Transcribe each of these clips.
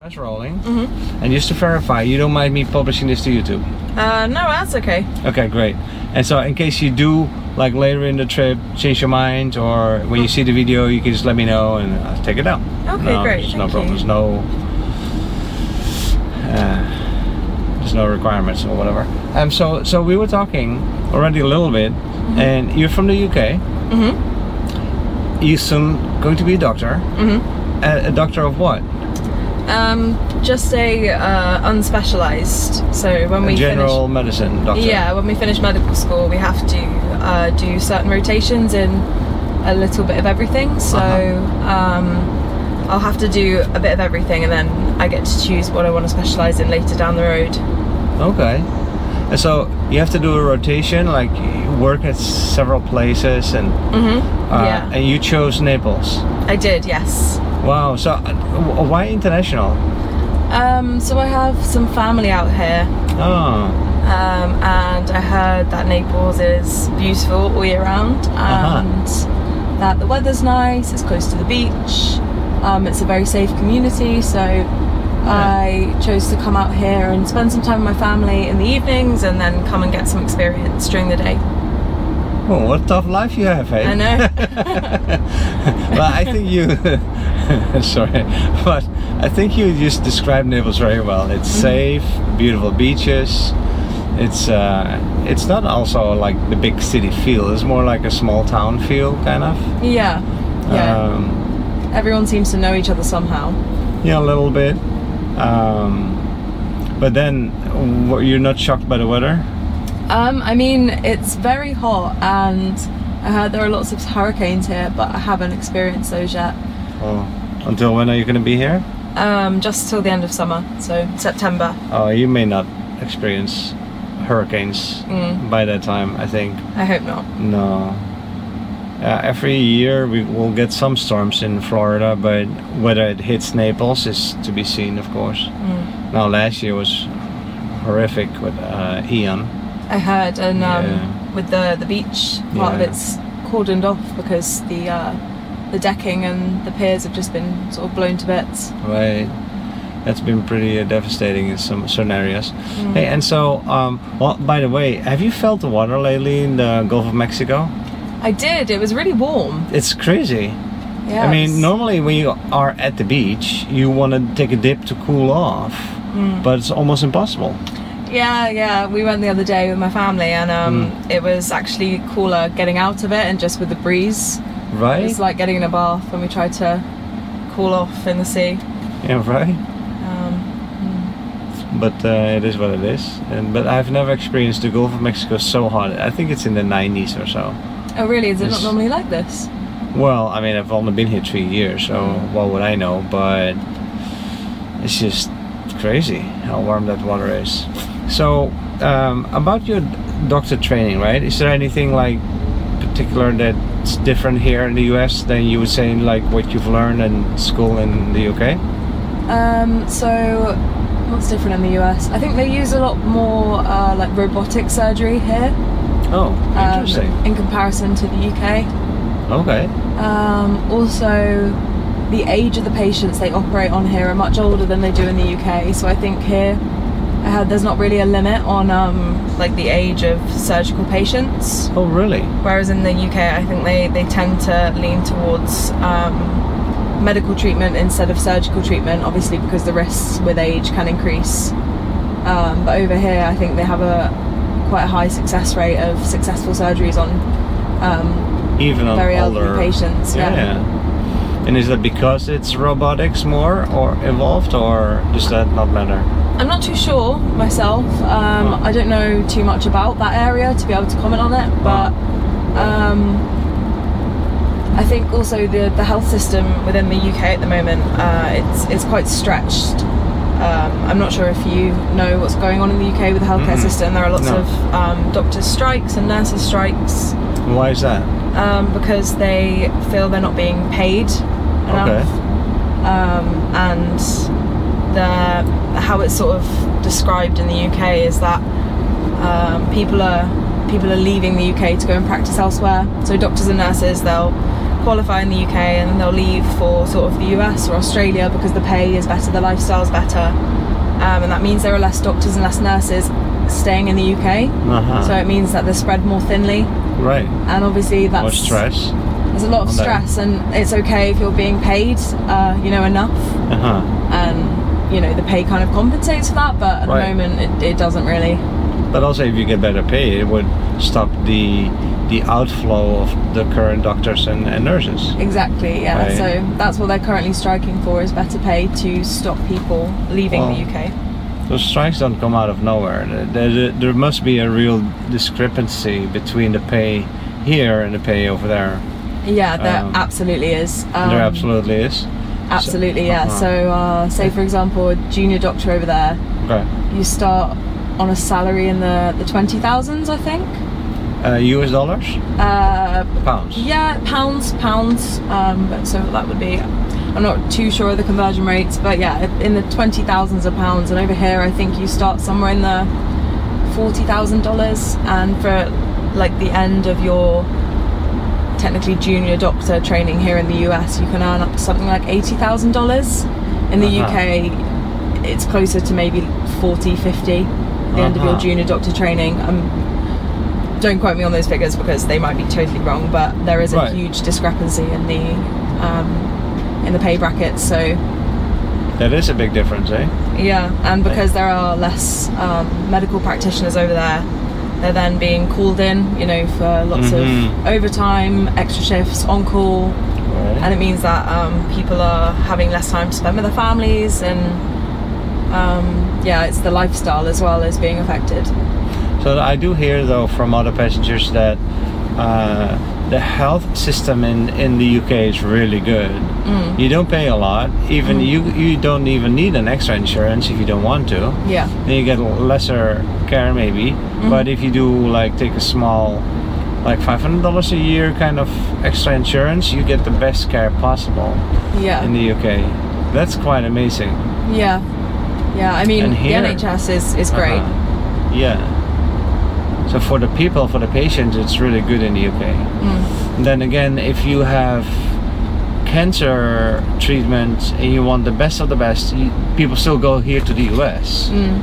That's rolling. Mm-hmm. And just to verify, you don't mind me publishing this to YouTube? Uh, no, that's okay. Okay, great. And so, in case you do, like later in the trip, change your mind, or when you see the video, you can just let me know and I'll take it down. Okay, no, great, There's no thank you. problems. No. Uh, there's no requirements or whatever. Um. So, so we were talking already a little bit, and you're from the UK. Mm-hmm. You're soon going to be a doctor. Mm-hmm. A, a doctor of what? Um, just a uh, unspecialized. So when we General medicine doctor. finish, yeah, when we finish medical school, we have to uh, do certain rotations in a little bit of everything. So Uh-huh. um, I'll have to do a bit of everything, and then I get to choose what I want to specialize in later down the road. Okay. And so you have to do a rotation, like you work at several places, and Mm-hmm. uh, yeah, and you chose Naples. I did. Yes. Wow. So uh, w- why international? Um, so I have some family out here. Oh, um, and I heard that Naples is beautiful all year round, Uh-huh. and that the weather's nice. It's close to the beach. Um, it's a very safe community, so I chose to come out here and spend some time with my family in the evenings, and then come and get some experience during the day. well, what a tough life you have, hey? I know. well, I think you. sorry, but I think you just described Naples very well. It's Mm-hmm. safe, beautiful beaches. It's uh, it's not also like the big city feel. It's more like a small town feel, kind of. Yeah, yeah. Um, Everyone seems to know each other somehow. Yeah, a little bit. Um, but then wh- you're not shocked by the weather? Um, I mean, it's very hot, and I heard there are lots of hurricanes here, but I haven't experienced those yet. Oh, until when are you going to be here? Um, just till the end of summer, so September. Oh, you may not experience hurricanes Mm. by that time, I think. I hope not. No. Uh, every year we will get some storms in Florida, but whether it hits Naples is to be seen, of course. Mm. Now, last year was horrific with uh, Ian. I heard, and um, Yeah. with the the beach Yeah. part of it's cordoned off because the uh, the decking and the piers have just been sort of blown to bits. Right. That's been pretty uh, devastating in some certain areas. Mm. Hey, and so, um, well, by the way, have you felt the water lately in the Gulf of Mexico? I did. It was really warm. It's crazy. Yeah. I it mean, was- normally when you are at the beach, you want to take a dip to cool off, Mm. but it's almost impossible. Yeah, yeah. We went the other day with my family, and um, Hmm. it was actually cooler getting out of it and just with the breeze. Right? It's like getting in a bath when we tried to cool off in the sea. yeah, right? Um, But uh, it is what it is. And, but I've never experienced the Gulf of Mexico so hot. I think it's in the 90s or so. oh, really? Is it It's- not normally like this? Well, I mean, I've only been here three years, so what would I know? But it's just crazy how warm that water is. So, um, about your doctor training, right? Is there anything like particular that's different here in the U.S. than you would say like what you've learned in school in the UK? Um, so, what's different in the US? I think they use a lot more uh, like robotic surgery here. Oh, um, interesting. in comparison to the UK. okay. Um, also, the age of the patients they operate on here are much older than they do in the UK. So I think here, I heard there's not really a limit on um, like the age of surgical patients. Oh, really? Whereas in the UK, I think they, they tend to lean towards um, medical treatment instead of surgical treatment, obviously because the risks with age can increase. Um, but over here, I think they have a quite a high success rate of successful surgeries on. Um, Even on Very elderly older patients, yeah. And is that because it's robotics more or evolved, or does that not matter? I'm not too sure myself. Um, Hmm. I don't know too much about that area to be able to comment on it, but um, I think also the, the health system within the UK at the moment uh, it's it's quite stretched. Um, I'm not sure if you know what's going on in the UK with the healthcare Mm-mm. system. There are lots No. of um, doctors' strikes and nurses' strikes Why is that? um, because they feel they're not being paid enough, Okay. um, and the how it's sort of described in the UK is that um, people are people are leaving the UK to go and practice elsewhere. So doctors and nurses they'll qualify in the UK and then they'll leave for sort of the US or Australia because the pay is better, the lifestyle's better, um, and that means there are less doctors and less nurses staying in the UK. Uh-huh. So it means that they're spread more thinly, right. and obviously that's Or stress. There's a lot of on that. stress, and it's okay if you're being paid, uh, you know, enough, Uh huh. and you know the pay kind of compensates for that, but at Right. the moment it, it doesn't really. But also, if you get better pay, it would stop the the outflow of the current doctors and, and nurses. Exactly, yeah. Right. So that's what they're currently striking for is better pay to stop people leaving Wow. the UK. Those strikes don't come out of nowhere. There, there, there must be a real discrepancy between the pay here and the pay over there. Yeah, there Um, absolutely is. Um, there absolutely is. absolutely, yeah. uh-huh. So, uh, say for example, a junior doctor over there, Okay. you start on a salary in the the twenty thousands, I think. Uh, US dollars? Uh, Pounds? yeah, pounds, pounds. Um, but so that would be. I'm not too sure of the conversion rates, but yeah, in the twenty thousands of pounds. And over here, I think you start somewhere in the forty thousand dollars, and for like the end of your technically junior doctor training here in the US, you can earn up to something like eighty thousand dollars. In the Uh-huh. UK, it's closer to maybe 40, 50 at the end of your Uh-huh. junior doctor training. Um, don't quote me on those figures because they might be totally wrong, but there is a Right. huge discrepancy in the um, in the pay brackets. So That is a big difference, eh? yeah, and because there are less um, medical practitioners over there, they're then being called in, you know, for lots Mhm. of overtime, extra shifts, on call, and it means that um, people are having less time to spend with their families, and um, yeah, it's the lifestyle as well as being affected. So I do hear though from other passengers that uh, the health system in, in the UK is really good. You don't pay a lot. Even you you don't even need an extra insurance if you don't want to. Yeah, Then you get lesser care maybe. But if you do like take a small like five hundred dollars a year kind of extra insurance, you get the best care possible yeah, in the UK. That's quite amazing. yeah, yeah. I mean, And here- the NHS is is great. Uh-huh. Yeah. So for the people, for the patients, it's really good in the UK. Mm. And then again, if you have cancer treatment and you want the best of the best, you, people still go here to the US. Mm.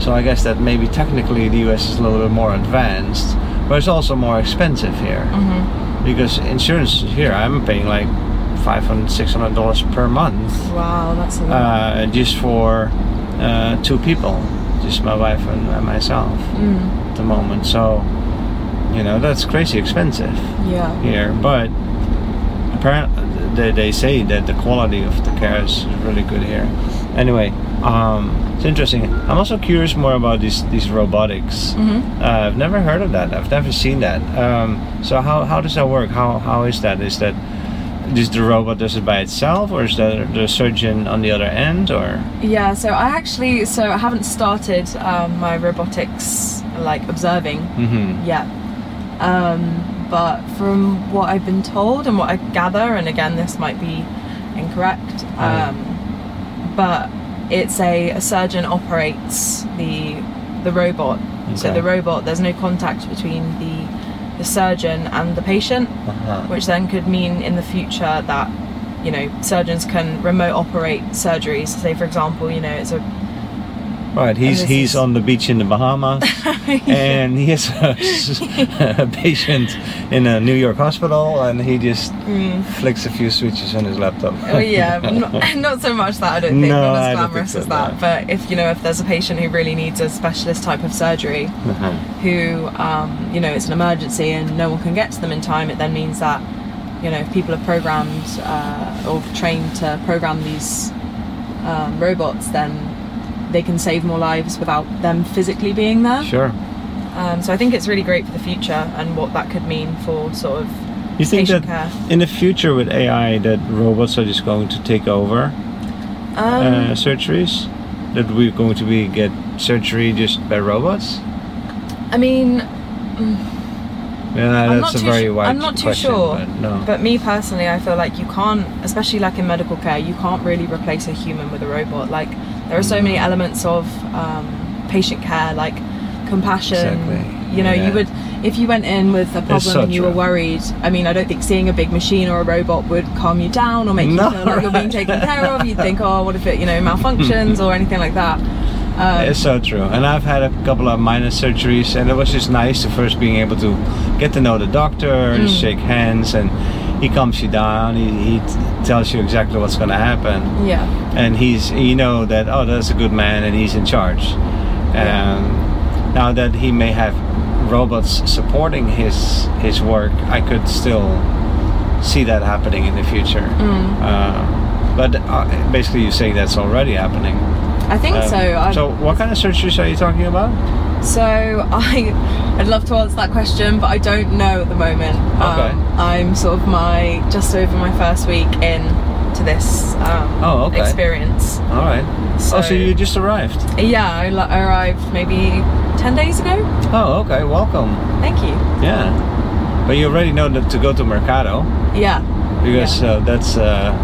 So I guess that maybe technically the US is a little bit more advanced, but it's also more expensive here hmm because insurance here I'm paying like 500 600 dollars per month Wow, that's a lot. uh, just for uh, two people, just my wife and, and myself mm. at the moment. So, you know, that's crazy expensive Yeah. here. But apparently, they, they say that the quality of the care is really good here. Anyway, um, it's interesting. I'm also curious more about these these robotics. hmm Uh, I've never heard of that. I've never seen that. Um, so how, how does that work? How how is that? Is that does the robot does it by itself, or is there the surgeon on the other end, or Yeah, so I actually so I haven't started um, my robotics like observing mm-hmm. yet, um, but from what I've been told and what I gather, and again this might be incorrect, Aye. um, but it's a, a surgeon operates the the robot. So Okay. the robot, there's no contact between the the surgeon and the patient, uh-huh. which then could mean in the future that you know surgeons can remote operate surgeries. Say for example, you know it's a right? He's this he's is- on the beach in the Bahamas, and he has a, s- a patient in a New York hospital, and he just flicks a few switches on his laptop. Mm. Oh yeah, not, not so much that I don't think, No, not I as don't think glamorous so, as that. no. But if you know, if there's a patient who really needs a specialist type of surgery, Uh-huh. who um, you know it's an emergency and no one can get to them in time, it then means that you know if people are programmed uh, or trained to program these um, robots, then they can save more lives without them physically being there. Sure. Um, so I think it's really great for the future and what that could mean for sort of You think patient that care. in the future with AI that robots are just going to take over? Um, uh, surgeries that we're going to be get surgery just by robots? I mean, Yeah, that's I'm not a too very su- wide I'm not too question, sure, But no. But me personally, I feel like you can't, especially like in medical care, you can't really replace a human with a robot. Like there are so many Mm. elements of um, patient care, like compassion. Exactly, You know, yeah. you would if you went in with a problem so and you true. were worried, I mean, I don't think seeing a big machine or a robot would calm you down or make you No, feel like you're being right. taken care of. You'd think, oh, what if it, you know, malfunctions or anything like that. Um, It's so true. And I've had a couple of minor surgeries, and it was just nice to first being able to get to know the doctor, shake hands, and he calms you down. He, he t- tells you exactly what's going to happen, yeah. and he's you know that oh that's a good man, and he's in charge. Um, now that he may have robots supporting his his work, I could still see that happening in the future. Mm. Uh, but uh, basically, you're saying that's already happening. I think so. Um, I, so, what kind of surgeries are you talking about? So I, I'd love to answer that question, but I don't know at the moment. Um, Okay. I'm sort of my just over my first week in to this um, Oh, okay. experience. All right. oh, so So- you just arrived. Yeah, I li- arrived maybe ten days ago. Oh, okay. Welcome. Thank you. Yeah. But you already know that to go to Mercado Yeah, because uh, that's uh,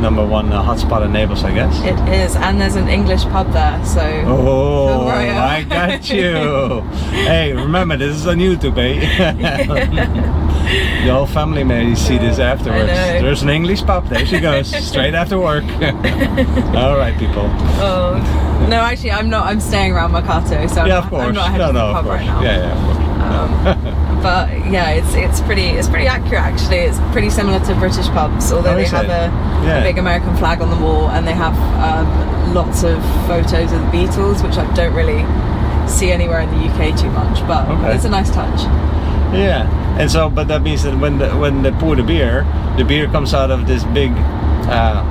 number one uh, hotspot in Naples, I guess. it is, and there's an English pub there, so Oh, Don't worry. I got you. hey, remember this is on YouTube, eh? the whole family may see this Yeah, I afterwards. know. There's an English pub. There she goes, straight after work. All right, people. Oh. no, actually, I'm not. I'm staying around Mercato, so yeah, Uh, I'm, of course. I'm not heading no, to no, the of pub course. right now. Yeah, yeah, of course. Um, but yeah, it's it's pretty it's pretty accurate actually. It's pretty similar to British pubs, although Oh, they is have it? a, Yeah. a big American flag on the wall and they have um, lots of photos of the Beatles, which I don't really see anywhere in the UK too much. But Okay. it's a nice touch. Yeah, and so but that means that when the, when they pour the beer, the beer comes out of this big. Uh,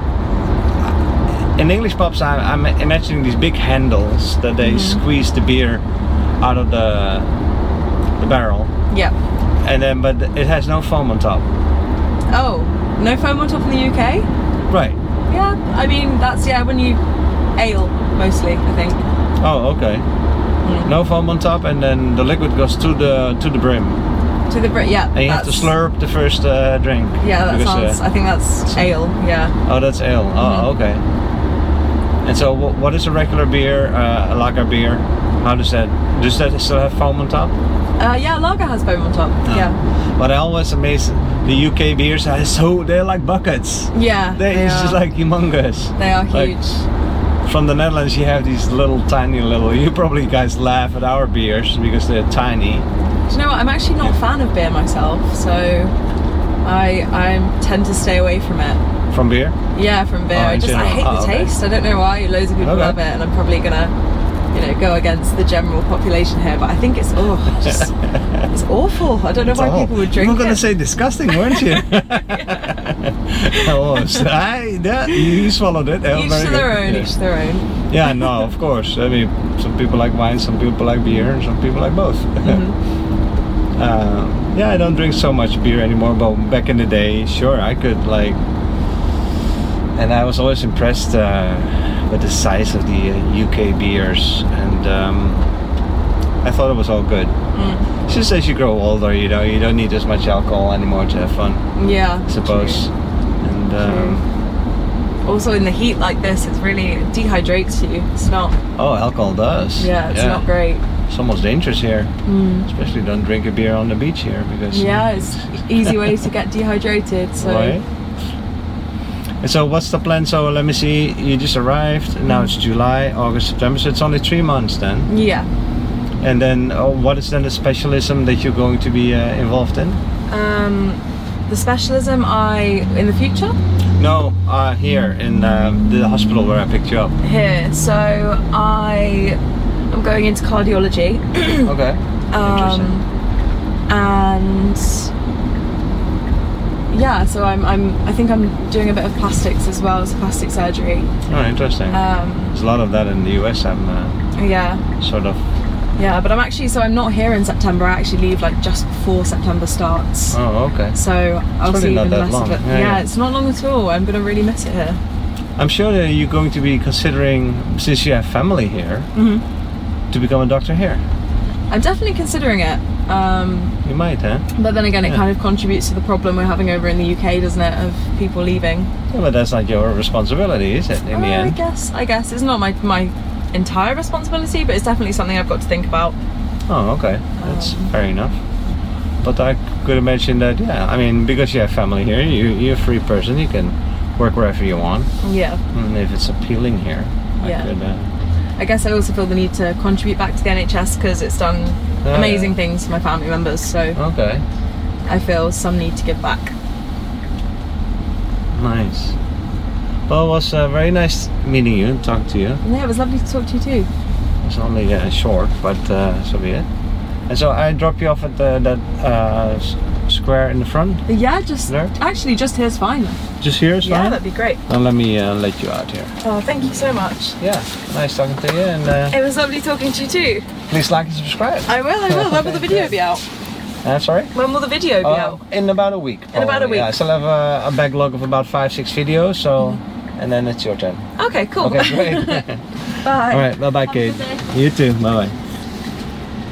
in English pubs, I, I'm imagining these big handles that they Mm-hmm. squeeze the beer out of the the barrel, Yeah. and then but it has no foam on top. Oh, no foam on top in the UK. Right. Yeah, I mean that's yeah when you ale mostly I think. Oh, okay. Mm. No foam on top, and then the liquid goes to the to the brim, To the Brit, yeah. and you have to that's- slurp the first uh, drink. Yeah, that because, uh, sounds. I think that's ale. Yeah. Oh, that's ale. Mm-hmm. Oh, okay. And so, wh- what is a regular beer, uh, a lager beer? How does that? Does that still have foam on top? Uh, yeah, lager has foam on top. Ah. Yeah. But I always amazed the UK beers are so they're like buckets. Yeah. They, it's are, just like humongous. they are like- huge. From the Netherlands, you have these little tiny little. You probably guys laugh at our beers because they're tiny. Do you know what? I'm actually not a fan of beer myself, so I I tend to stay away from it. From beer? Yeah, from beer. Oh, I in just I general. hate Oh, the okay. taste. I don't know why. Loads of people Okay. love it, and I'm probably gonna you know go against the general population here. But I think it's oh, I just, it's awful. I don't know why Oh, people would You drink were gonna it. say disgusting, weren't you? Almost. I, that, you swallowed it. Oh, each very to their good. own. Yeah. Each to their own. Yeah, no, of course. I mean, some people like wine, some people like beer, and some people like both. Um, yeah, I don't drink so much beer anymore, but back in the day, sure, I could like. And I was always impressed uh, with the size of the uh, UK beers, and um, I thought it was all good. Mm. It's just as you grow older, you know, you don't need as much alcohol anymore to have fun, Mm. Yeah. I suppose. true. And um, Also, in the heat like this, it's really it dehydrates you. It's not. oh, alcohol does. Yeah, it's not great. It's almost dangerous here. Mm. Especially don't drink a beer on the beach here because Yeah, it's easy way to get dehydrated. So right. And so what's the plan? So let me see. You just arrived. Now it's July, August, September. So it's only three months then. yeah, And then oh, what is then the specialism that you're going to be uh, involved in? um, the specialism I in the future No, uh, here in uh, the hospital where I picked you up. here. So I am going into cardiology, okay. um, and yeah, so I'm I'm I think I'm doing a bit of plastics as well as plastic surgery. interesting. Oh, interesting. Um, There's a lot of that in the U.S. I'm uh, yeah. sort of. Yeah, but I'm actually so I'm not here in September. I actually leave like just before September starts. Oh, okay. So I'll really see not even that less long. of it. Yeah, Yeah, yeah. it's not long at all. I'm gonna really miss it here. I'm sure that you're going to be considering, since you have family here, Mm-hmm. to become a doctor here. I'm definitely considering it. Um, You might, huh? but then again, it Yeah. kind of contributes to the problem we're having over in the UK, doesn't it, of people leaving? Yeah, but that's not your responsibility, is it? In Oh, the I end. guess. I guess it's not my my entire responsibility, but it's definitely something I've got to think about. Um, Oh, okay. That's fair enough. But I could imagine that, yeah. I mean, because you have family here, you, you're a free person. You can work wherever you want. Yeah. And if it's appealing here, Yeah. I could. Uh, I guess I also feel the need to contribute back to the NHS because it's done yeah. amazing things for my family members. So okay. I feel some need to give back. Nice. Well, it was uh, very nice meeting you and talking to you. And yeah, it was lovely to talk to you too. It's only uh, short, but uh, so be it. And so I drop you off at the, that uh, s- square in the front, But yeah, just There? actually just here's fine. just here. So Yeah, that'd be great. Now let me uh, let you out here. Oh, thank you so much. Yeah, nice talking to you, and uh, It was lovely talking to you too. please like and subscribe. I will, I will. When will the video be out? Uh, sorry. When will the video be Uh, out? in about a week. In about a probably, Yeah, I week. still have a, a backlog of about five, six videos. So, and then it's your turn. Okay, cool. Okay, great. Bye. All right, bye, bye, Have a Kate. good day. You too. Bye, bye.